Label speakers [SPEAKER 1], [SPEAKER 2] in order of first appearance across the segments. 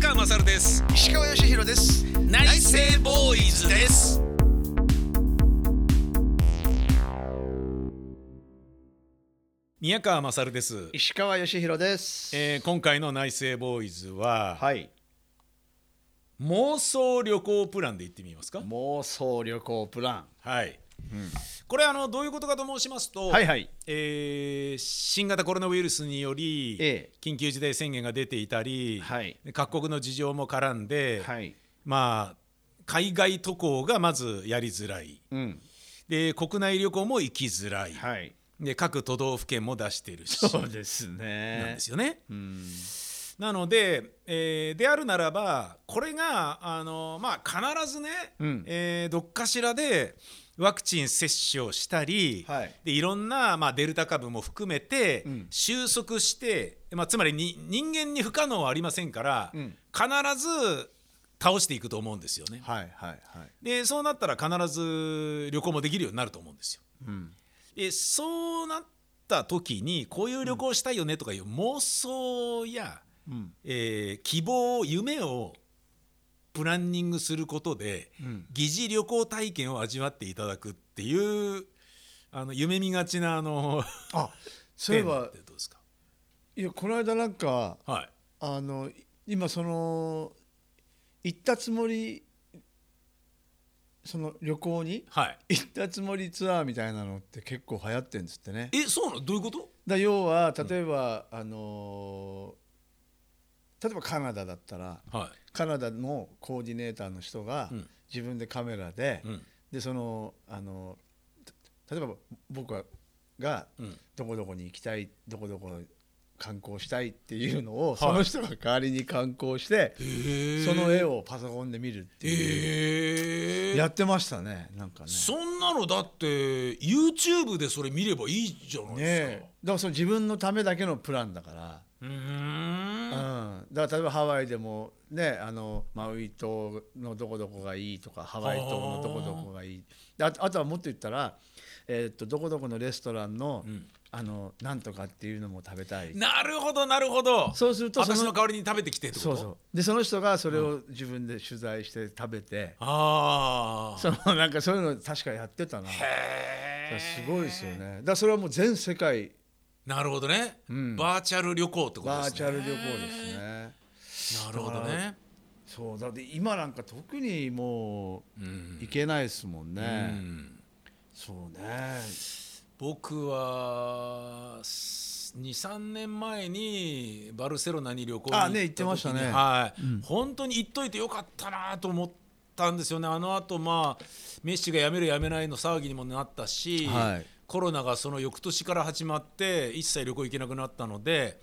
[SPEAKER 1] 川勝です
[SPEAKER 2] 石川義弘です
[SPEAKER 1] 内政ボーイズです宮川勝です、
[SPEAKER 2] 石川義弘です
[SPEAKER 1] えー、今回の内政ボーイズは、
[SPEAKER 2] はい
[SPEAKER 1] 妄想旅行プランで行ってみますか
[SPEAKER 2] 妄想旅行プラン
[SPEAKER 1] はい、これあのどういうことかと申しますと、
[SPEAKER 2] はいはい
[SPEAKER 1] えー新型コロナウイルスにより、
[SPEAKER 2] ええ
[SPEAKER 1] 緊急事態宣言が出ていたり、
[SPEAKER 2] はい
[SPEAKER 1] 各国の事情も絡んで、
[SPEAKER 2] はい
[SPEAKER 1] まあ、海外渡航がまずやりづらい
[SPEAKER 2] うん
[SPEAKER 1] で国内旅行も行きづらい、
[SPEAKER 2] はい
[SPEAKER 1] で各都道府県も出してるし
[SPEAKER 2] そうです
[SPEAKER 1] なん
[SPEAKER 2] ね
[SPEAKER 1] ですよね。
[SPEAKER 2] うん
[SPEAKER 1] なので、えーであるならばこれがあの、まあ、必ずね、
[SPEAKER 2] うん
[SPEAKER 1] えーどっかしらでワクチン接種をしたり、
[SPEAKER 2] はい
[SPEAKER 1] でいろんな、まあ、デルタ株も含めて、
[SPEAKER 2] うん
[SPEAKER 1] 収束して、まあ、つまりに人間に不可能はありませんから、
[SPEAKER 2] うん
[SPEAKER 1] 必ず倒していくと思うんですよね。
[SPEAKER 2] はいはいはい
[SPEAKER 1] でそうなったら必ず旅行もできるようになると思うんですよ。
[SPEAKER 2] うん
[SPEAKER 1] でそうなった時にこういう旅行したいよねとかいう妄想や、
[SPEAKER 2] うん
[SPEAKER 1] えー希望夢をプランニングすることで、
[SPEAKER 2] うん
[SPEAKER 1] 疑似旅行体験を味わっていただくっていうあの夢見がちなあの
[SPEAKER 2] あそういえ
[SPEAKER 1] テーマ
[SPEAKER 2] ば
[SPEAKER 1] ってどうですか
[SPEAKER 2] いやこの間なんか
[SPEAKER 1] はい
[SPEAKER 2] あの今その行ったつもりその旅行に
[SPEAKER 1] はい
[SPEAKER 2] 行ったつもりツアーみたいなのって結構流行ってんですってね
[SPEAKER 1] えそうなのどういうこと
[SPEAKER 2] だ要は例えば、あのー例えばカナダだったら
[SPEAKER 1] は
[SPEAKER 2] カナダのコーディネーターの人が
[SPEAKER 1] うん
[SPEAKER 2] 自分でカメラで、
[SPEAKER 1] いうん
[SPEAKER 2] でその、あのた例えば僕はが
[SPEAKER 1] うん
[SPEAKER 2] どこどこに行きたいどこどこ観光したいっていうのを、
[SPEAKER 1] い
[SPEAKER 2] その人が代わりに観光して、その絵をパソコンで見るっていう、
[SPEAKER 1] え
[SPEAKER 2] やってましたねなんかね。
[SPEAKER 1] そんなのだって YouTube でそれ見ればいいじゃない
[SPEAKER 2] ね
[SPEAKER 1] です
[SPEAKER 2] え
[SPEAKER 1] か。
[SPEAKER 2] だからその自分のためだけのプランだから。
[SPEAKER 1] うーん
[SPEAKER 2] うん、だから例えばハワイでもねあのマウイ島のどこどこがいいとかハワイ島のどこどこがいいであとあとはもっと言ったら、えーっとどこどこのレストランの,、あのなんとかっていうのも食べたい
[SPEAKER 1] なるほどなるほど
[SPEAKER 2] そうするとその
[SPEAKER 1] 私の代わりに食べてきてってこと
[SPEAKER 2] そうそうでその人がそれを自分で取材して食べて、
[SPEAKER 1] ああ
[SPEAKER 2] そのなんかそういうの確かやってたなだからすごいですよねだからそれはもう全世界
[SPEAKER 1] なるほどね、
[SPEAKER 2] うん
[SPEAKER 1] バーチャル旅行ってことですね
[SPEAKER 2] バーチャル旅行ですね
[SPEAKER 1] なるほどね
[SPEAKER 2] そうだって今なんか特にもう
[SPEAKER 1] うん、
[SPEAKER 2] 行けないですもんね、
[SPEAKER 1] うん、
[SPEAKER 2] そうね。
[SPEAKER 1] 僕は23年前にバルセロナに旅行に行った
[SPEAKER 2] あね行ってましたね
[SPEAKER 1] 時にはい、本当に行っといてよかったなと思ったんですよねあのあとまあメッシが辞める辞めないの騒ぎにもなったし、
[SPEAKER 2] はい
[SPEAKER 1] コロナがその翌年から始まって一切旅行行けなくなったので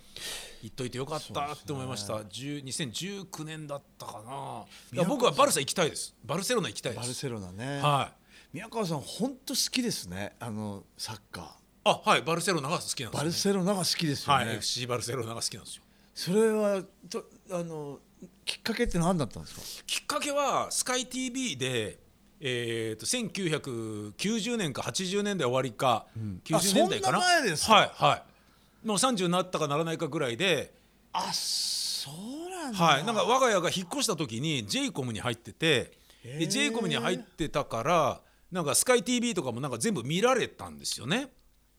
[SPEAKER 1] 行っといてよかったって思いました、10 2019年だったかないや僕はバルサ行きたいですバルセロナ行きたいで
[SPEAKER 2] バル
[SPEAKER 1] す
[SPEAKER 2] セロナね。
[SPEAKER 1] はい
[SPEAKER 2] 宮川さん本当好きですね。あのサッカ
[SPEAKER 1] あはいバルセロナが好きなん
[SPEAKER 2] ー。バ
[SPEAKER 1] で
[SPEAKER 2] ル
[SPEAKER 1] すよ
[SPEAKER 2] セロナが好きですよ
[SPEAKER 1] はい、
[SPEAKER 2] ね。
[SPEAKER 1] FC バルセロナが好きなんですよ
[SPEAKER 2] それはとあのきっかけって何だったんですか。
[SPEAKER 1] きっかけはスカイ TV で、えー、と1990年か80年代終わりか、90年代かな
[SPEAKER 2] あそんな前ですか
[SPEAKER 1] はいはいもう30になったかならないかぐらいで
[SPEAKER 2] あ、そうなんだ。
[SPEAKER 1] はい、なんか我が家が引っ越した時に j イコムに入ってて
[SPEAKER 2] へ
[SPEAKER 1] で
[SPEAKER 2] ー
[SPEAKER 1] j イコムに入ってたからなんかスカイ TV とかもなんか全部見られたんですよね。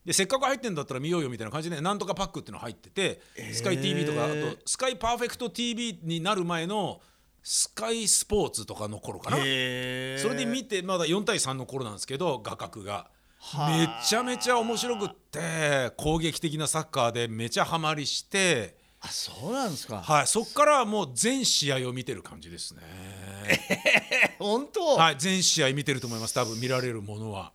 [SPEAKER 1] でせっかく入ってんだったら見ようよみたいな感じでなんとかパックっていうの入っててスカイ TV とかあとスカイパーフェクト TV になる前のスカイスポーツとかの頃かなそれ
[SPEAKER 2] へー
[SPEAKER 1] で見てまだ4対3の頃なんですけど画角が
[SPEAKER 2] はー
[SPEAKER 1] めちゃめちゃ面白くって攻撃的なサッカーでめちゃハマりして。
[SPEAKER 2] あ、そうなんですか。
[SPEAKER 1] はい、そこからはもう全試合を見てる感じですね。
[SPEAKER 2] 本当。
[SPEAKER 1] はい、全試合見てると思います。多分見られるものは。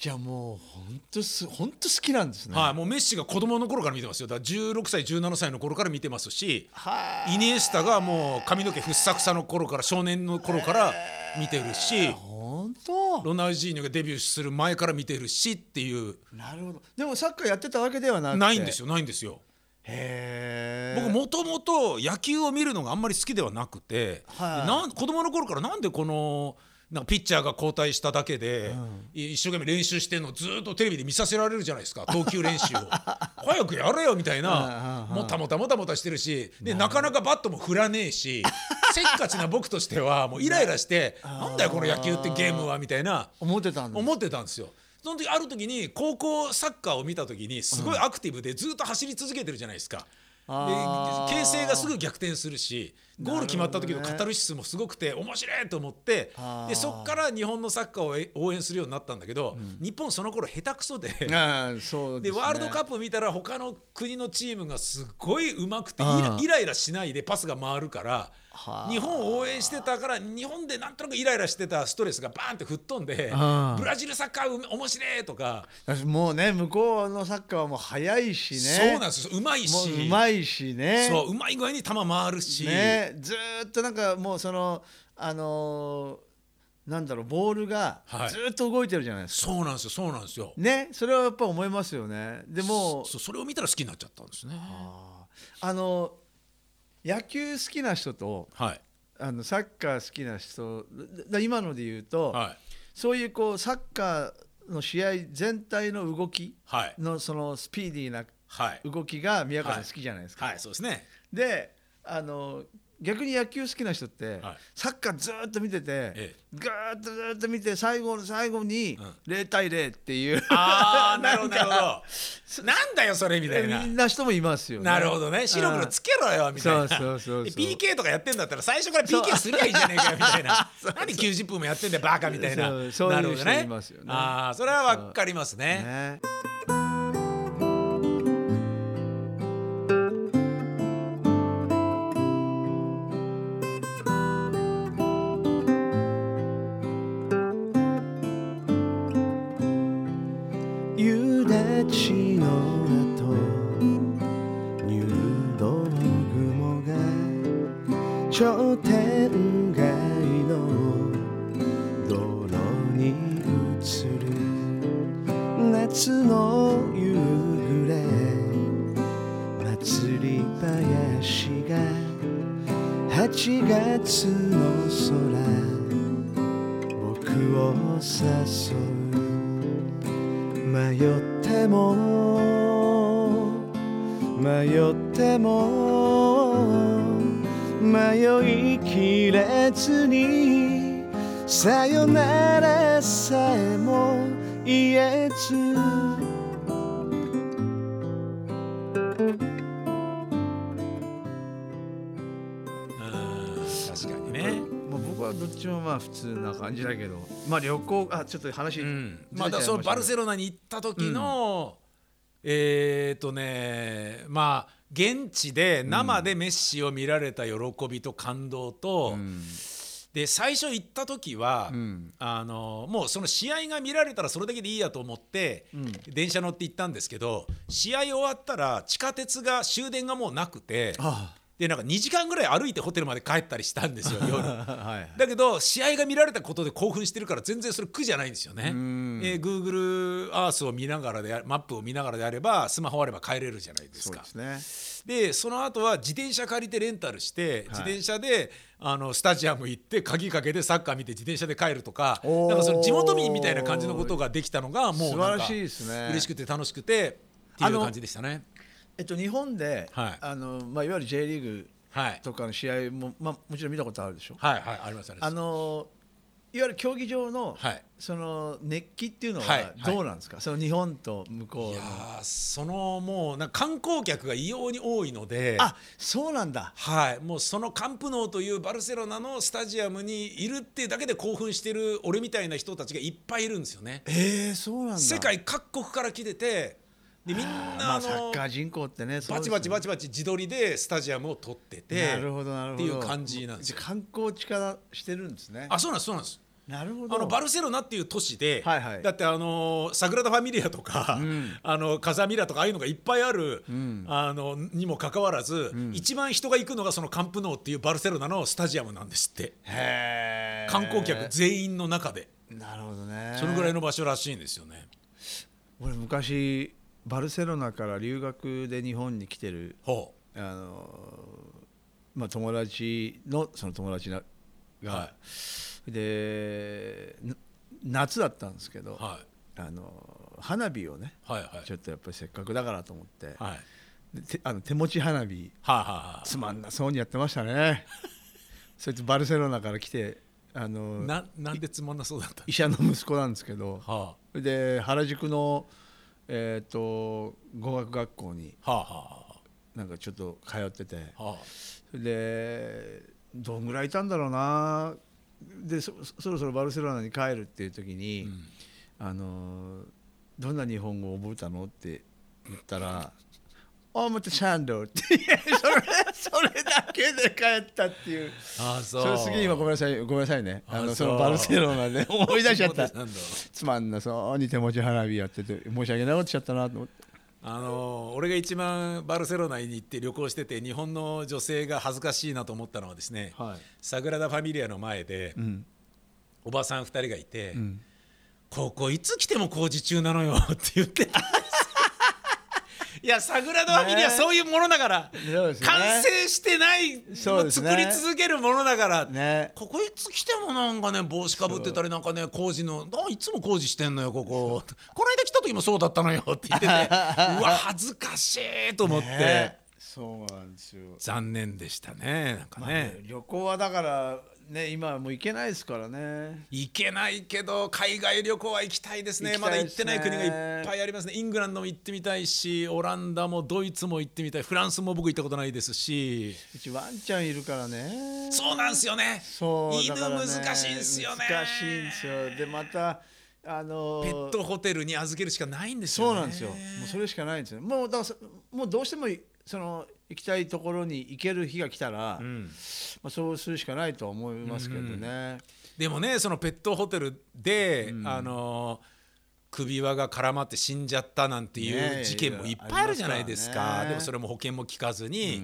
[SPEAKER 2] じゃあもう本当す本当好きなんですね。
[SPEAKER 1] はい、もうメッシが子供の頃から見てますよ。だから16歳、17歳の頃から見てますし、
[SPEAKER 2] はい。
[SPEAKER 1] イニエスタがもう髪の毛ふっさふさの頃から少年の頃から見てるし、
[SPEAKER 2] 本当。
[SPEAKER 1] ロナウジーニョがデビューする前から見てるしっていう
[SPEAKER 2] なるほど。でもサッカーやってたわけではなくて。
[SPEAKER 1] ないんです
[SPEAKER 2] よ。
[SPEAKER 1] よ、ないんですよ。
[SPEAKER 2] へえ。
[SPEAKER 1] 僕もともと野球を見るのがあんまり好きではなくて、
[SPEAKER 2] はい
[SPEAKER 1] なん子供の頃からなんでこのなんかピッチャーが交代しただけで、い一生懸命練習してるのをずっとテレビで見させられるじゃないです か投球練習を早くやれよみたいなもたもたもたもたしてるしでなかなかバットも振らねえしせっかちな僕としてはもうイライラしてなんだよこの野球ってゲームはみたいな
[SPEAKER 2] 思ってたんだ
[SPEAKER 1] 思ってたんですよ。その時ある時に高校サッカーを見た時にすごいアクティブでずっと走り続けてるじゃないですか。で
[SPEAKER 2] あー
[SPEAKER 1] 形勢がすぐ逆転するしゴール決まった時のカタルシスもすごくて面白いと思って
[SPEAKER 2] あー
[SPEAKER 1] でそこから日本のサッカーをえ応援するようになったんだけど、日本その頃下手くそで。
[SPEAKER 2] あーそう
[SPEAKER 1] で
[SPEAKER 2] です、ね、
[SPEAKER 1] ワールドカッ
[SPEAKER 2] プ
[SPEAKER 1] プ見たら他の国のチームがすごいうまくてイ
[SPEAKER 2] あ
[SPEAKER 1] ラ
[SPEAKER 2] あ
[SPEAKER 1] イライラしないでパスが回るから
[SPEAKER 2] はあ
[SPEAKER 1] 日本を応援してたから日本でなんとなくイライラしてたストレスがバーンって吹っ飛んで
[SPEAKER 2] ああ
[SPEAKER 1] ブラジルサッカーうめ面白いとか、
[SPEAKER 2] もうね向こうのサッカーはもう早いしね
[SPEAKER 1] そうなんですようまいし
[SPEAKER 2] もううまいしね
[SPEAKER 1] そううまい具合に球回るし、
[SPEAKER 2] ねずーっとなんかもうそのあのーなんだろうボールが
[SPEAKER 1] はい
[SPEAKER 2] ずーっと動いてるじゃないですか、
[SPEAKER 1] そうなんですよそうなんですよ。
[SPEAKER 2] ねそれはやっぱ思いますよねでも
[SPEAKER 1] そそれを見たら好きになっちゃったんですね。
[SPEAKER 2] あーあの野球好きな人と
[SPEAKER 1] はい
[SPEAKER 2] あのサッカー好きな人だ今ので言うと、
[SPEAKER 1] はい
[SPEAKER 2] そういうこうサッカーの試合全体の動き
[SPEAKER 1] はい
[SPEAKER 2] のそのスピーディーな
[SPEAKER 1] はい
[SPEAKER 2] 動きが宮川さん
[SPEAKER 1] はい
[SPEAKER 2] 好きじゃないですか。
[SPEAKER 1] はいそうですね。
[SPEAKER 2] であの逆に野球好きな人って、
[SPEAKER 1] はい
[SPEAKER 2] サッカーずーっと見てて、
[SPEAKER 1] ええ
[SPEAKER 2] ぐーっとずーっと見て最後の最後に
[SPEAKER 1] うん
[SPEAKER 2] 0対0っていう、
[SPEAKER 1] あ あなるほどな
[SPEAKER 2] なん
[SPEAKER 1] る
[SPEAKER 2] か
[SPEAKER 1] ほど。なんだよそれみたいな
[SPEAKER 2] み。ん な人もいますよね。
[SPEAKER 1] なるほどね白黒つけろよみたいな
[SPEAKER 2] そうそうそうそう
[SPEAKER 1] で PK とかやってんだったら最初から PK すりゃいいじゃねえかよみたいな何90分もやってんだよバカみたいな
[SPEAKER 2] そうそういう
[SPEAKER 1] なるほど
[SPEAKER 2] 人
[SPEAKER 1] ね
[SPEAKER 2] いますよね
[SPEAKER 1] ああそれはわかりますね
[SPEAKER 2] ね。夕立ちの後入道雲が頂点街の泥に映る夏の夕暮れ祭り林が8月の空僕を誘う迷っても迷っても迷いきれずにさよならさえも言えず
[SPEAKER 1] うん確かにね
[SPEAKER 2] まあ僕はどっちもまあ普通な感じだけどまあ旅行あちょっと話、
[SPEAKER 1] うん
[SPEAKER 2] ずれちゃ
[SPEAKER 1] ま
[SPEAKER 2] いました
[SPEAKER 1] だ
[SPEAKER 2] ね
[SPEAKER 1] そのバルセロナに行った時の、えっ、とねまあ現地で生でメッシを見られた喜びと感動と、
[SPEAKER 2] ん
[SPEAKER 1] で最初行った時は、
[SPEAKER 2] ん
[SPEAKER 1] あのもうその試合が見られたらそれだけでいいやと思って、電車乗って行ったんですけど試合終わったら地下鉄が終電がもうなくて
[SPEAKER 2] あ
[SPEAKER 1] でなんか2時間ぐらい歩いてホテルまで帰ったりしたんですよ 夜。
[SPEAKER 2] あはい
[SPEAKER 1] だけど試合が見られたことで興奮してるから全然それ苦じゃないんですよね。え
[SPEAKER 2] ん
[SPEAKER 1] ー Google Earth を見ながらであマップを見ながらであればスマホあれば帰れるじゃないです
[SPEAKER 2] そう
[SPEAKER 1] か
[SPEAKER 2] で。すね
[SPEAKER 1] でその後は自転車借りてレンタルして、自転車であのスタジアム行って鍵かけてサッカー見て自転車で帰るとか
[SPEAKER 2] おー
[SPEAKER 1] なんかその地元民みたいな感じのことができたのがもうなん
[SPEAKER 2] 素晴ら
[SPEAKER 1] か
[SPEAKER 2] しいですね
[SPEAKER 1] 嬉しくて楽しくてっていう感じでしたね。
[SPEAKER 2] えっと日本で、
[SPEAKER 1] はい
[SPEAKER 2] あのまあいわゆる J リーグ
[SPEAKER 1] はい、
[SPEAKER 2] とかの試合もまあもちろん見たことあるでしょ
[SPEAKER 1] はい、はいありましたね。
[SPEAKER 2] あのいわゆる競技場の、
[SPEAKER 1] はい
[SPEAKER 2] その熱気っていうの
[SPEAKER 1] はいは
[SPEAKER 2] はいどうなんですか、その日本と向こ
[SPEAKER 1] いうや
[SPEAKER 2] の
[SPEAKER 1] ーそのもうなんか観光客が異様に多いので。
[SPEAKER 2] あそうなんだ
[SPEAKER 1] はい、もうそのカンプノーというバルセロナのスタジアムにいるっていうだけで興奮してる俺みたいな人たちがいっぱいいるんですよね。
[SPEAKER 2] えー、そうなんだ
[SPEAKER 1] 世界各国から来ててでみん
[SPEAKER 2] ま
[SPEAKER 1] な
[SPEAKER 2] あ
[SPEAKER 1] あ
[SPEAKER 2] サッ
[SPEAKER 1] の
[SPEAKER 2] カー人口ってね
[SPEAKER 1] バチバチバ
[SPEAKER 2] チ
[SPEAKER 1] チバチ自撮りでスタジアムを撮ってて
[SPEAKER 2] なるほどな
[SPEAKER 1] っ
[SPEAKER 2] るほ
[SPEAKER 1] て
[SPEAKER 2] ど
[SPEAKER 1] いう感じなんです
[SPEAKER 2] じゃ
[SPEAKER 1] よ。
[SPEAKER 2] あ観光地化してるんですね
[SPEAKER 1] あそうなんですそうなんです
[SPEAKER 2] なるほど
[SPEAKER 1] あのバルセロナっていう都市で、
[SPEAKER 2] はいはい
[SPEAKER 1] だってあのーサグラダ・ファミリアとか、あのカザミラとかああいうのがいっぱいある、あのにもかかわらず、一番人が行くのがそのカンプノーっていうバルセロナのスタジアムなんですって。
[SPEAKER 2] へー
[SPEAKER 1] 観光客全員の中で
[SPEAKER 2] なるほどね
[SPEAKER 1] そのぐらいの場所らしいんですよね。
[SPEAKER 2] 俺昔バルセロナから留学で日本に来てる
[SPEAKER 1] ほ
[SPEAKER 2] あのーまあ、友達のその友達なが、
[SPEAKER 1] はい
[SPEAKER 2] えでな夏だったんですけど、
[SPEAKER 1] はい
[SPEAKER 2] あの花火をね
[SPEAKER 1] はいはい
[SPEAKER 2] ちょっとやっぱりせっかくだからと思って、
[SPEAKER 1] はいはい
[SPEAKER 2] で手あの手持ち花火
[SPEAKER 1] は
[SPEAKER 2] つまんなそうにやってました ねそいつバルセロナから来てあ
[SPEAKER 1] い
[SPEAKER 2] の
[SPEAKER 1] ななんでつまんなそうだった
[SPEAKER 2] 医者の息子なんですけど
[SPEAKER 1] は
[SPEAKER 2] で原宿の、えー、と語学学校に
[SPEAKER 1] あはあは
[SPEAKER 2] なんかちょっと通ってて
[SPEAKER 1] あはあ
[SPEAKER 2] でどんぐらいいたんだろうなでそそろそろバルセロナに帰るっていう時に、あのどんな日本語を覚えたのって言ったら「あまたシャンドル」って いやそれそれだけで帰ったっていう。
[SPEAKER 1] ああそう
[SPEAKER 2] それすげえ今ごめんなさいごめんなさいねあの
[SPEAKER 1] あ
[SPEAKER 2] そ
[SPEAKER 1] そう
[SPEAKER 2] のバルセロ ナで思い出しちゃった
[SPEAKER 1] そうなんだ
[SPEAKER 2] つまんなそうに手持ち花火やってて申し訳ないことしちゃったなと思って
[SPEAKER 1] あのー俺が一番バルセロナに行って旅行してて日本の女性が恥ずかしいなと思ったのはですね、
[SPEAKER 2] はい
[SPEAKER 1] サグラダ・ファミリアの前で、
[SPEAKER 2] ん
[SPEAKER 1] おばさん2人がいて、ここいつ来ても工事中なのよ」って言って たんです。いやサグラダ・ファミリア
[SPEAKER 2] ね
[SPEAKER 1] そういうものだから、
[SPEAKER 2] そうですね
[SPEAKER 1] 完成してない
[SPEAKER 2] そう
[SPEAKER 1] の
[SPEAKER 2] です
[SPEAKER 1] 作
[SPEAKER 2] ね
[SPEAKER 1] り続けるものだから、
[SPEAKER 2] ね
[SPEAKER 1] ここいつ来てもなんかね帽子かぶってたりなんかね工事のあいつも工事してんのよここ この間来た時もそうだったのよって言 っててうわ恥ずかしいと思って、
[SPEAKER 2] ねそうなんですよ、
[SPEAKER 1] 残念でしたねなんかね、
[SPEAKER 2] 旅行はだからね今はもう行けないですからね
[SPEAKER 1] 行けないけど海外旅行は行きたいですね
[SPEAKER 2] 行き
[SPEAKER 1] ま
[SPEAKER 2] た
[SPEAKER 1] だ行
[SPEAKER 2] いで
[SPEAKER 1] っ
[SPEAKER 2] す
[SPEAKER 1] てな
[SPEAKER 2] ね
[SPEAKER 1] い国がいっぱいありますねイングランドも行ってみたいしオランダもドイツも行ってみたいフランスも僕行ったことないですし
[SPEAKER 2] うちワンちゃんいるからね
[SPEAKER 1] そうなんですよね
[SPEAKER 2] そう
[SPEAKER 1] 犬
[SPEAKER 2] だからね
[SPEAKER 1] 難しいんですよね
[SPEAKER 2] 難しいんですよでまたあの
[SPEAKER 1] ペットホテルに預けるしかないんですよ
[SPEAKER 2] そ
[SPEAKER 1] ね
[SPEAKER 2] うなんですよもうそれしかないんですよもうだからそもうどうしてもその行きたいところに行ける日が来たら、
[SPEAKER 1] ん
[SPEAKER 2] まあ、そうするしかないとは思いますけどね、
[SPEAKER 1] でもねそのペットホテルで、あのー首輪が絡まって死んじゃったなんてい
[SPEAKER 2] ね
[SPEAKER 1] う
[SPEAKER 2] え
[SPEAKER 1] 事件もいっぱいあるじゃないです
[SPEAKER 2] いろいろあ
[SPEAKER 1] か
[SPEAKER 2] りますからね
[SPEAKER 1] でもそれも保険も聞かずに、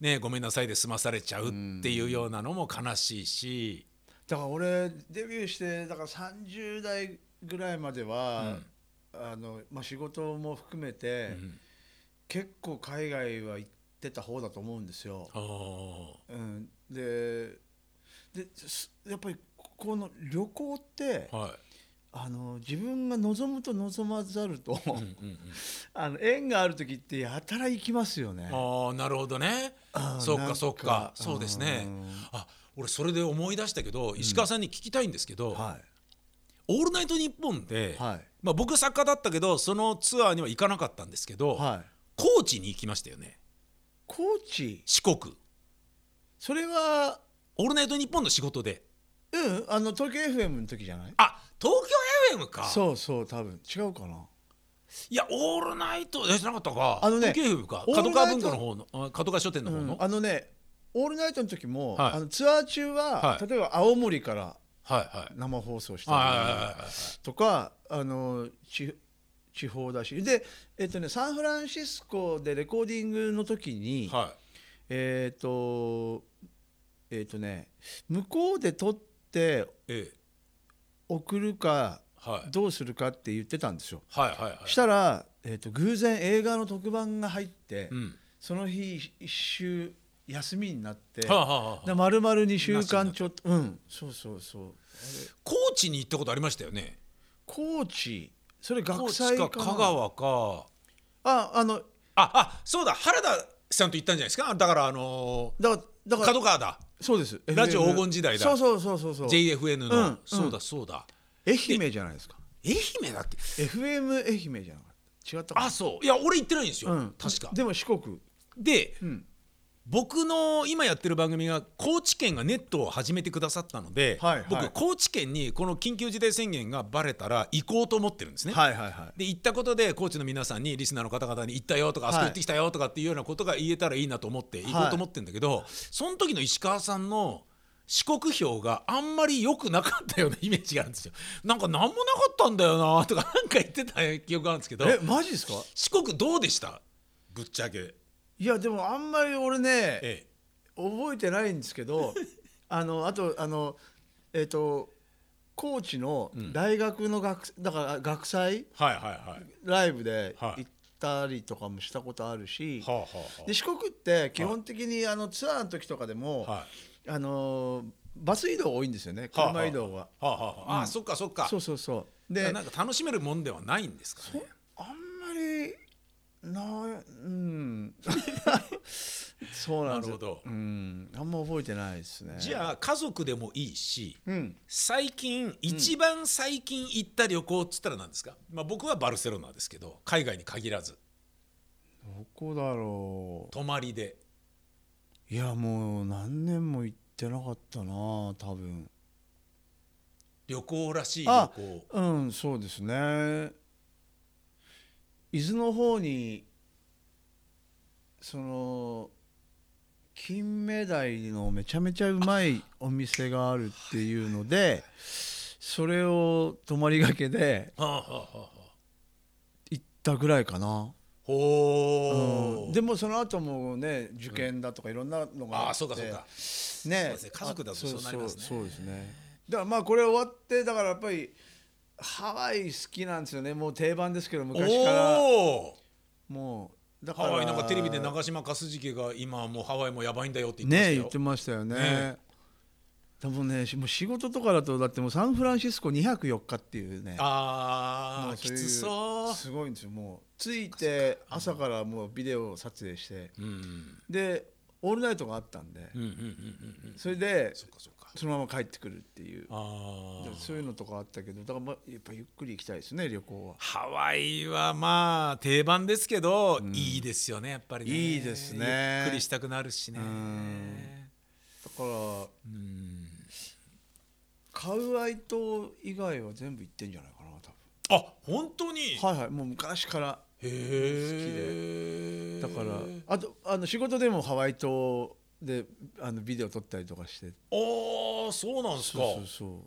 [SPEAKER 1] ねえ、ごめんなさいで済まされちゃうっていうようなのも悲しいし、
[SPEAKER 2] だから俺デビューしてだから30代ぐらいまでは、あのまあ、仕事も含めて、結構海外は行ってた方だと思うんですよ。
[SPEAKER 1] あー
[SPEAKER 2] うん、でですやっぱりここの旅行って、
[SPEAKER 1] はい
[SPEAKER 2] あの自分が望むと望まざると、
[SPEAKER 1] うんうん
[SPEAKER 2] あの縁がある時ってやたら行きますよね。
[SPEAKER 1] ああなるほどね
[SPEAKER 2] あー
[SPEAKER 1] そう
[SPEAKER 2] なん
[SPEAKER 1] か
[SPEAKER 2] か
[SPEAKER 1] そうかそうですね
[SPEAKER 2] うん
[SPEAKER 1] あ俺それで思い出したけど石川さんに聞きたいんですけど「
[SPEAKER 2] は
[SPEAKER 1] オールナイトニッポン」で、
[SPEAKER 2] はい
[SPEAKER 1] まあ、僕作家だったけどそのツアーには行かなかったんですけど、
[SPEAKER 2] い、はい、
[SPEAKER 1] 高知に行きましたよね
[SPEAKER 2] 高知
[SPEAKER 1] 四国
[SPEAKER 2] それは
[SPEAKER 1] オールナイトニッポンの仕事で
[SPEAKER 2] うんあの東京 FM の時じゃない
[SPEAKER 1] あ東京 FM か
[SPEAKER 2] そうそう多分違うかない
[SPEAKER 1] やオールナイトえじゃなかったか
[SPEAKER 2] あのね
[SPEAKER 1] 東京 FM か
[SPEAKER 2] オー
[SPEAKER 1] 角
[SPEAKER 2] ルナ
[SPEAKER 1] 川
[SPEAKER 2] イト
[SPEAKER 1] 文化の方のあ角川書店の方の、
[SPEAKER 2] あのね「オールナイト」の時も、
[SPEAKER 1] はい
[SPEAKER 2] あのツアー中は、
[SPEAKER 1] はい
[SPEAKER 2] 例えば青森から
[SPEAKER 1] はいはい
[SPEAKER 2] 生放送したり
[SPEAKER 1] はいはいはいはい
[SPEAKER 2] とかあのち地方だしで、えっとね、サンフランシスコでレコーディングの時に、
[SPEAKER 1] はい
[SPEAKER 2] えっ、とえっ、とね向こうで撮って
[SPEAKER 1] ええ
[SPEAKER 2] 送るか
[SPEAKER 1] はい
[SPEAKER 2] どうするかって言ってたんですよ。
[SPEAKER 1] はいはいはい
[SPEAKER 2] したら、えー、と偶然映画の特番が入って、
[SPEAKER 1] うん
[SPEAKER 2] その日一週休みになって、
[SPEAKER 1] はあはあはあ
[SPEAKER 2] で丸々2週間ちょっとうんそうそうそう
[SPEAKER 1] 高知に行ったことありましたよね
[SPEAKER 2] 高知それ
[SPEAKER 1] 高
[SPEAKER 2] 学
[SPEAKER 1] 知
[SPEAKER 2] 祭
[SPEAKER 1] か
[SPEAKER 2] か
[SPEAKER 1] 香川か
[SPEAKER 2] ああの
[SPEAKER 1] ああそうだ原田さんと行ったんじゃないですかだからあの
[SPEAKER 2] だからだ
[SPEAKER 1] ー
[SPEAKER 2] から
[SPEAKER 1] 角川だ
[SPEAKER 2] そうです
[SPEAKER 1] ラジオ
[SPEAKER 2] FM
[SPEAKER 1] 黄金時代だ
[SPEAKER 2] そうそうそうそうそう
[SPEAKER 1] JFN の、
[SPEAKER 2] うんうん
[SPEAKER 1] そうだそうだ
[SPEAKER 2] 愛媛じゃないですか
[SPEAKER 1] 愛媛だっけ
[SPEAKER 2] FM 愛媛じゃなかった違ったかな
[SPEAKER 1] あそういや俺行ってないんですよ、
[SPEAKER 2] うん
[SPEAKER 1] 確か
[SPEAKER 2] でも四国
[SPEAKER 1] で、
[SPEAKER 2] ん
[SPEAKER 1] 僕の今やってる番組が高知県がネットを始めてくださったので、
[SPEAKER 2] はいはい
[SPEAKER 1] 僕高知県にこの緊急事態宣言がバレたら行こうと思ってるんですね、
[SPEAKER 2] はいはいはい
[SPEAKER 1] で行ったことで高知の皆さんにリスナーの方々に行ったよとか、
[SPEAKER 2] はい
[SPEAKER 1] あそこ行ってきたよとかっていうようなことが言えたらいいなと思って行こうと思ってんだけど、その時の石川さんの四国票があんまり良くなかったようなイメージがあるんですよ。なんか何もなかったんだよなとかなんか言ってた記憶があるんですけど
[SPEAKER 2] えマジですか
[SPEAKER 1] 四国どうでしたぶっちゃけ。
[SPEAKER 2] いやでもあんまり俺ね
[SPEAKER 1] え
[SPEAKER 2] 覚えてないんです けどあのあとあのえっ、と高知の大学の学、だから学祭
[SPEAKER 1] え、はいはいはい。
[SPEAKER 2] ライブで
[SPEAKER 1] は
[SPEAKER 2] 行
[SPEAKER 1] い
[SPEAKER 2] ったりとかもしたことあるし、
[SPEAKER 1] はあはあはあ
[SPEAKER 2] で四国って基本的にあのツアーの時とかでも、
[SPEAKER 1] は
[SPEAKER 2] あのーバス移動多いんですよね車移動が、
[SPEAKER 1] はあはあはああそっかそっか
[SPEAKER 2] そうそうそう
[SPEAKER 1] だか
[SPEAKER 2] で
[SPEAKER 1] らなんか楽しめるもんではないんですかね
[SPEAKER 2] あんまりなうん そうな
[SPEAKER 1] な
[SPEAKER 2] んです
[SPEAKER 1] るほど
[SPEAKER 2] うんあんま覚えてないですね
[SPEAKER 1] じゃあ家族でもいいし
[SPEAKER 2] うん
[SPEAKER 1] 最近一番最近行った旅行っつったら何ですか、まあ、僕はバルセロナですけど海外に限らず
[SPEAKER 2] どこだろ
[SPEAKER 1] 泊まりで
[SPEAKER 2] ういやもう何年も行ってなかったな多分
[SPEAKER 1] 旅行らしい旅
[SPEAKER 2] あ
[SPEAKER 1] 行
[SPEAKER 2] うんそうですね伊豆の方にその金目鯛のめちゃめちゃうまいお店があるっていうのでそれを泊まりがけで
[SPEAKER 1] はあはあはあはあ
[SPEAKER 2] 行ったぐらいかな、
[SPEAKER 1] ほ
[SPEAKER 2] うん
[SPEAKER 1] う
[SPEAKER 2] でもその後もね受験だとかいろんなのがあって、
[SPEAKER 1] ああそうかそうか
[SPEAKER 2] ね
[SPEAKER 1] そうですね家族だとそうなりますね
[SPEAKER 2] あそうそうそうですねだからまあこれ終わってだからやっぱりハワイ好きなんですよねもう定番ですけど昔から
[SPEAKER 1] お
[SPEAKER 2] もうだ
[SPEAKER 1] ーハワイなんかテレビで長島かすじけが今もうハワイもやばいんだよって言ってました
[SPEAKER 2] ね
[SPEAKER 1] よ
[SPEAKER 2] 言ってましたよね
[SPEAKER 1] ね
[SPEAKER 2] 多分ねしもう仕事とかだとだってもうサンフランシスコ204日っていうね
[SPEAKER 1] あ
[SPEAKER 2] も
[SPEAKER 1] あ
[SPEAKER 2] う
[SPEAKER 1] き
[SPEAKER 2] い
[SPEAKER 1] つそ
[SPEAKER 2] すごいんですよもう着いて朝からもうビデオ撮影して
[SPEAKER 1] ううん
[SPEAKER 2] でオールナイトがあったんで、
[SPEAKER 1] うんうんうんうんうん
[SPEAKER 2] それで
[SPEAKER 1] そっかそっか
[SPEAKER 2] そのまま帰ってくるっていう
[SPEAKER 1] ああ
[SPEAKER 2] そういうのとかあったけどだから、まあ、やっぱゆっくり行きたいですね旅行は。
[SPEAKER 1] ハワイはまあ定番ですけど、いいですよねやっぱりね
[SPEAKER 2] いいですね
[SPEAKER 1] ゆっくりしたくなるしね
[SPEAKER 2] んだから
[SPEAKER 1] うん
[SPEAKER 2] カウアイ島以外は全部行ってんじゃないかな多
[SPEAKER 1] あ本当に、
[SPEAKER 2] 分はいはいもう昔から
[SPEAKER 1] へえ
[SPEAKER 2] だからあとあの仕事でもハワイ島であのビデオ撮ったりとかして
[SPEAKER 1] ああそうなんですか
[SPEAKER 2] そうそう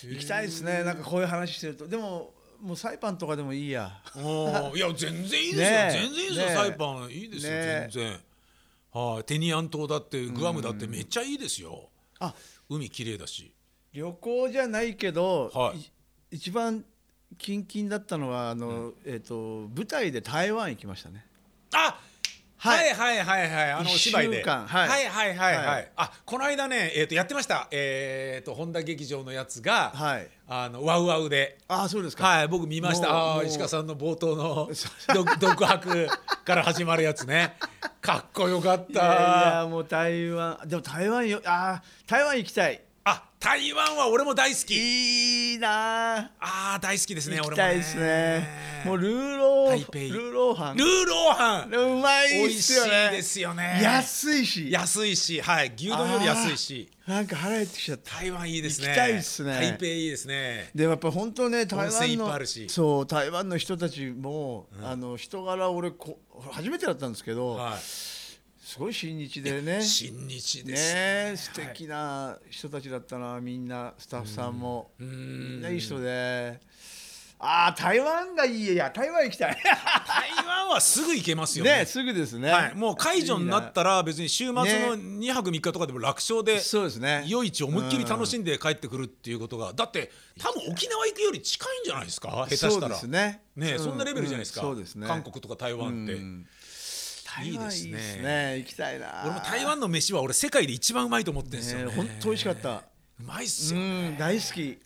[SPEAKER 2] そう行きたいですねなんかこういう話してるとでももうサイパンとかでもいいや
[SPEAKER 1] うんいや全然いいですよ、
[SPEAKER 2] ねえ
[SPEAKER 1] 全然いいですよ、
[SPEAKER 2] ねえ
[SPEAKER 1] サイパンいいですよ、
[SPEAKER 2] ねえ
[SPEAKER 1] 全然はいテニアン島だってグアムだってめっちゃいいですよ、
[SPEAKER 2] あ
[SPEAKER 1] 海綺麗だし
[SPEAKER 2] 旅行じゃないけど、
[SPEAKER 1] はい
[SPEAKER 2] い一番キンキンだったのはあの、えっ、と舞台で台湾行きましたね
[SPEAKER 1] あ
[SPEAKER 2] は
[SPEAKER 1] はいいはいはいはいあのお芝居
[SPEAKER 2] 一
[SPEAKER 1] で、
[SPEAKER 2] 週間はい
[SPEAKER 1] はいはいはいはい
[SPEAKER 2] はい
[SPEAKER 1] あこの間ね、えー、とやってましたえっ、と本田劇場のやつが、
[SPEAKER 2] はい
[SPEAKER 1] あのワウワウで。
[SPEAKER 2] ああそうですか
[SPEAKER 1] はい、僕見ました。
[SPEAKER 2] もう
[SPEAKER 1] あ
[SPEAKER 2] も
[SPEAKER 1] あ、
[SPEAKER 2] う
[SPEAKER 1] 石川さんの冒頭 の独独白から始まるやつね。かっこよかっ
[SPEAKER 2] い
[SPEAKER 1] た。
[SPEAKER 2] やいやもう台湾でも台湾よあー台湾行きたい
[SPEAKER 1] あ、台湾は俺も大好き。
[SPEAKER 2] いいなあ
[SPEAKER 1] ああ、大好きですね。
[SPEAKER 2] 行きたいですねもう
[SPEAKER 1] 俺もね
[SPEAKER 2] ルーロ
[SPEAKER 1] 台
[SPEAKER 2] ー
[SPEAKER 1] 北
[SPEAKER 2] ルーローハン
[SPEAKER 1] ルーローハン。
[SPEAKER 2] うまい
[SPEAKER 1] 美
[SPEAKER 2] っ
[SPEAKER 1] 味し
[SPEAKER 2] す
[SPEAKER 1] い
[SPEAKER 2] よね
[SPEAKER 1] ですよね。
[SPEAKER 2] 安いし
[SPEAKER 1] 安いし、はい、牛丼より安いし。
[SPEAKER 2] なんか腹減ってきちゃった
[SPEAKER 1] 台湾いいですね。
[SPEAKER 2] 行きたいっすね
[SPEAKER 1] 台北いいですね。
[SPEAKER 2] でもやっぱ本当ね
[SPEAKER 1] 温
[SPEAKER 2] 台
[SPEAKER 1] 泉い
[SPEAKER 2] 湾
[SPEAKER 1] っぱいあ
[SPEAKER 2] の
[SPEAKER 1] るし
[SPEAKER 2] そう台湾の人たちも、あの人柄俺こ初めてだったんですけど、
[SPEAKER 1] は
[SPEAKER 2] すごい親日で
[SPEAKER 1] い。
[SPEAKER 2] ね
[SPEAKER 1] 新日
[SPEAKER 2] ね
[SPEAKER 1] です。
[SPEAKER 2] え素敵な人たちだったなみんなスタッフさんもみんないい人でああ台湾がいいや台湾行き たい
[SPEAKER 1] 台湾はすぐ行けますよ
[SPEAKER 2] ね
[SPEAKER 1] ね。
[SPEAKER 2] すぐですね、
[SPEAKER 1] はい、もう解除になったら別に週末の
[SPEAKER 2] ね
[SPEAKER 1] 2泊3日とかでも楽勝で
[SPEAKER 2] そうですね
[SPEAKER 1] 夜市を思いっきり楽
[SPEAKER 2] ん
[SPEAKER 1] しんで帰ってくるっていうことがだって多分沖縄行くより近いんじゃないですか下手し
[SPEAKER 2] そう
[SPEAKER 1] た
[SPEAKER 2] で
[SPEAKER 1] ら
[SPEAKER 2] すね
[SPEAKER 1] ね
[SPEAKER 2] う
[SPEAKER 1] そんなレベルじゃないですか、
[SPEAKER 2] うんそうですね
[SPEAKER 1] 韓国とか台湾って、
[SPEAKER 2] うん台
[SPEAKER 1] いい
[SPEAKER 2] 湾いい
[SPEAKER 1] で
[SPEAKER 2] ですす
[SPEAKER 1] ね
[SPEAKER 2] ね行きたいな
[SPEAKER 1] 俺も台湾の飯は俺世界で一番うまいと思ってるんですよね
[SPEAKER 2] ね本当美味しかった
[SPEAKER 1] うまいっす
[SPEAKER 2] う
[SPEAKER 1] よ、
[SPEAKER 2] ん大好き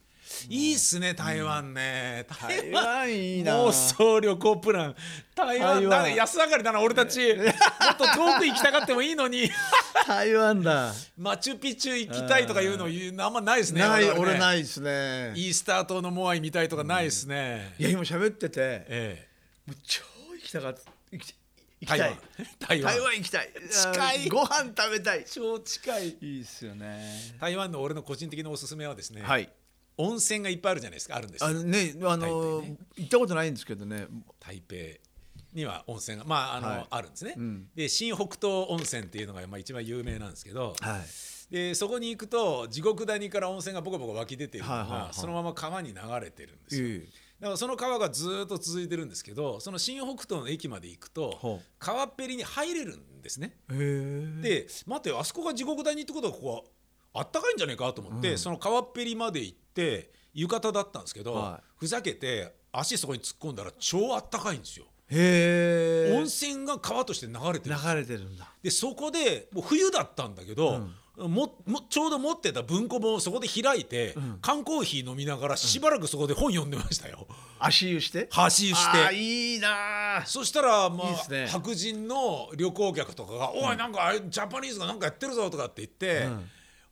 [SPEAKER 1] いいっすね台湾ね、
[SPEAKER 2] 台湾い いな
[SPEAKER 1] 妄想旅行プラン台湾
[SPEAKER 2] 台
[SPEAKER 1] だ
[SPEAKER 2] 湾
[SPEAKER 1] ね安上がりだな俺たちもっと遠く行きたがってもいいのに
[SPEAKER 2] 台湾だ
[SPEAKER 1] マチュピチュ行きたいとかいうの言うあんまないですね
[SPEAKER 2] ない
[SPEAKER 1] 我々ね
[SPEAKER 2] 俺ないですね
[SPEAKER 1] イースター島のモアイ見たいとかないですね、
[SPEAKER 2] いや今喋ってて
[SPEAKER 1] え
[SPEAKER 2] もう超行きたかった行
[SPEAKER 1] え
[SPEAKER 2] き行きた い
[SPEAKER 1] 台湾台湾
[SPEAKER 2] 台湾行きたい
[SPEAKER 1] 近い
[SPEAKER 2] あーご飯食べたい
[SPEAKER 1] 超近い
[SPEAKER 2] いいっすよね
[SPEAKER 1] 台湾の俺の個人的なおすすめはですね、
[SPEAKER 2] はい
[SPEAKER 1] 温泉がいっぱいあるじゃないですかあるんです
[SPEAKER 2] あ
[SPEAKER 1] よ
[SPEAKER 2] のね
[SPEAKER 1] 台
[SPEAKER 2] あの
[SPEAKER 1] 北ね
[SPEAKER 2] 行ったことないんですけどね
[SPEAKER 1] 台北には温泉がまああの、
[SPEAKER 2] はい
[SPEAKER 1] あるんですね、
[SPEAKER 2] うん
[SPEAKER 1] で新北東温泉っていうのがまあ一番有名なんですけど、
[SPEAKER 2] はい
[SPEAKER 1] でそこに行くと地獄谷から温泉がボコボコ湧き出てるのが、
[SPEAKER 2] はいはいはい
[SPEAKER 1] そのまま川に流れてるんですよ、
[SPEAKER 2] え
[SPEAKER 1] だからその川がずーっと続いてるんですけどその新北東の駅まで行くと
[SPEAKER 2] ほう
[SPEAKER 1] 川っぺりに入れるんですね、
[SPEAKER 2] えへえ
[SPEAKER 1] で待ってよあそこが地獄谷ってことはここはあったかいんじゃねえかと思って、その川っぺりまで行って浴衣だったんですけど、
[SPEAKER 2] は
[SPEAKER 1] ふざけて足そこに突っ込んだら超あったかいんですよ、
[SPEAKER 2] へえ
[SPEAKER 1] 温泉が川として流れてる
[SPEAKER 2] 流れてるんだ
[SPEAKER 1] でそこでもう冬だったんだけど、ももちょうど持ってた文庫本をそこで開いて、缶コーヒー飲みながらしばらくそこで本読んでました よ、
[SPEAKER 2] 足湯して
[SPEAKER 1] 発信し
[SPEAKER 2] あー
[SPEAKER 1] て。
[SPEAKER 2] いいなー
[SPEAKER 1] そしたら、まあ
[SPEAKER 2] いいっすね
[SPEAKER 1] 白人の旅行客とかが「おいなんかあれジャパニーズがなんかやってるぞ」とかって言って「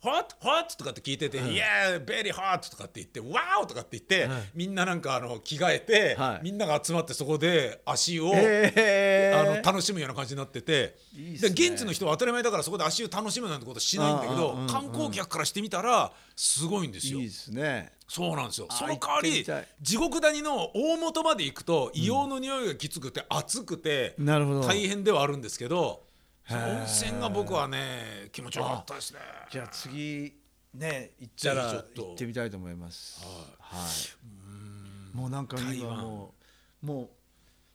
[SPEAKER 1] Hot? Hot?」とかって聞いてて「Yeah, very hot」とかって言って「Wow!」とかって言って、みんななんかあの着替えて、
[SPEAKER 2] はい
[SPEAKER 1] みんなが集まってそこで足を、
[SPEAKER 2] えー
[SPEAKER 1] あの楽しむような感じになってて
[SPEAKER 2] いいっすね
[SPEAKER 1] で現地の人は当たり前だからそこで足を楽しむなんてことはしないんだけど、
[SPEAKER 2] うんうんうんうん
[SPEAKER 1] 観光客からしてみたらすごいんですよ。
[SPEAKER 2] いいですね
[SPEAKER 1] そうなんですよ
[SPEAKER 2] あ
[SPEAKER 1] その代わ
[SPEAKER 2] 行って
[SPEAKER 1] り
[SPEAKER 2] みたい
[SPEAKER 1] 地獄谷の大元まで行くと硫黄の匂いがきつくて暑くて
[SPEAKER 2] なるほど
[SPEAKER 1] 大変ではあるんですけど
[SPEAKER 2] へー
[SPEAKER 1] 温泉が僕はね気持ちよかったですね
[SPEAKER 2] じゃあ次ね行ったら
[SPEAKER 1] ぜひちょっと
[SPEAKER 2] 行ってみたいと思いますはいもうなんか
[SPEAKER 1] 台
[SPEAKER 2] 今
[SPEAKER 1] 湾
[SPEAKER 2] もうもう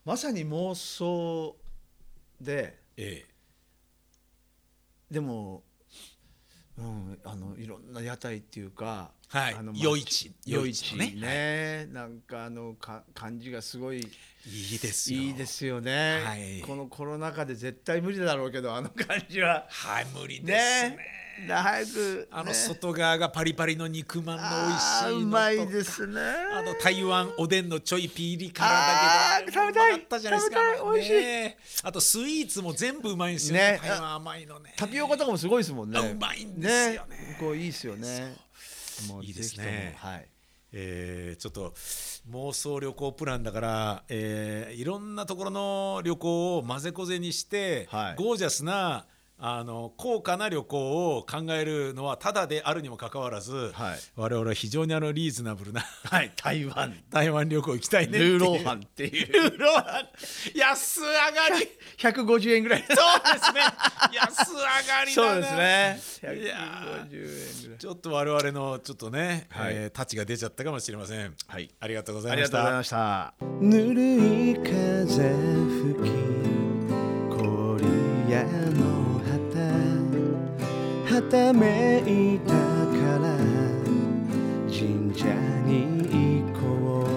[SPEAKER 2] まさに妄想で
[SPEAKER 1] ええ
[SPEAKER 2] でもうんあのいろんな屋台っていうか
[SPEAKER 1] はい
[SPEAKER 2] あの
[SPEAKER 1] 夜市
[SPEAKER 2] 夜
[SPEAKER 1] 夜
[SPEAKER 2] 市
[SPEAKER 1] 市
[SPEAKER 2] ね
[SPEAKER 1] ね
[SPEAKER 2] なんかあのか感じがすごい
[SPEAKER 1] いいですよ
[SPEAKER 2] いいですよね、
[SPEAKER 1] はい
[SPEAKER 2] このコロナ禍で絶対無理だろうけどあの感じは
[SPEAKER 1] はい無理ですね
[SPEAKER 2] ねだ早く
[SPEAKER 1] あの
[SPEAKER 2] ね
[SPEAKER 1] 外側がパリパリの肉まんの美味しい
[SPEAKER 2] あ
[SPEAKER 1] の
[SPEAKER 2] ー
[SPEAKER 1] と
[SPEAKER 2] うまいですね
[SPEAKER 1] あの台湾おでんのちょいピリ辛だけど
[SPEAKER 2] あー食べたい
[SPEAKER 1] あれもうまかったじゃないですか
[SPEAKER 2] 食べたい美味しい
[SPEAKER 1] ねあとスイーツも全部うまいんですよね
[SPEAKER 2] ね
[SPEAKER 1] 台湾甘いのね
[SPEAKER 2] タピオカとかもすごいですもんね
[SPEAKER 1] あうまいんですよね
[SPEAKER 2] 向こういいですよねもう
[SPEAKER 1] いいですね
[SPEAKER 2] ぜひともはい
[SPEAKER 1] えーちょっと妄想旅行プランだから、えーいろんなところの旅行を混ぜこぜにして、
[SPEAKER 2] はい
[SPEAKER 1] ゴージャスなあの高価な旅行を考えるのはただであるにもかかわらず、
[SPEAKER 2] はい
[SPEAKER 1] 我々は非常にあのリーズナブルな
[SPEAKER 2] はい台 湾
[SPEAKER 1] 台湾旅行行きたいねってい
[SPEAKER 2] ルー
[SPEAKER 1] う
[SPEAKER 2] ローハンっていう
[SPEAKER 1] ルーローハン安上がり
[SPEAKER 2] 150円ぐらい
[SPEAKER 1] そうですね安上がりだな
[SPEAKER 2] そうですね
[SPEAKER 1] いやー
[SPEAKER 2] 150円ぐらい
[SPEAKER 1] ちょっと我々のちょっとね、
[SPEAKER 2] はい
[SPEAKER 1] えータッチが出ちゃったかもしれません、
[SPEAKER 2] はい
[SPEAKER 1] ありがとうござ
[SPEAKER 2] あ
[SPEAKER 1] い
[SPEAKER 2] り
[SPEAKER 1] ま
[SPEAKER 2] が
[SPEAKER 1] し
[SPEAKER 2] とうござい
[SPEAKER 1] た
[SPEAKER 2] ました
[SPEAKER 3] ぬるい風吹き氷屋の旗はためいたから神社に行こ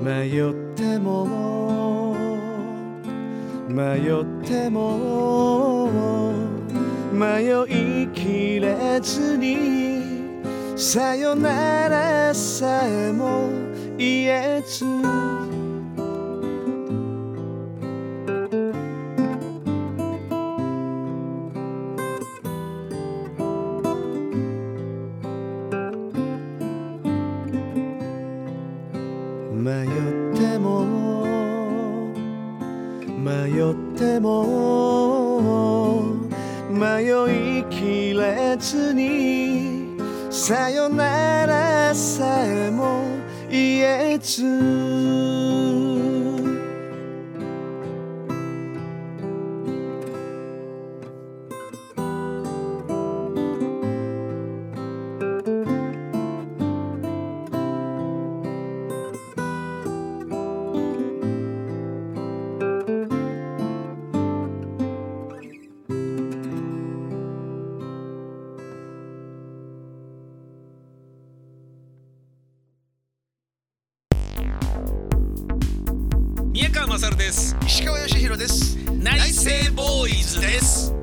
[SPEAKER 3] う迷っても迷っても迷いきれずにさよならさえも言えず迷っても迷っても迷いきれずにさよならさえも言えず
[SPEAKER 1] 宮川勝です
[SPEAKER 3] 石川義弘です
[SPEAKER 1] 内政ボーイズです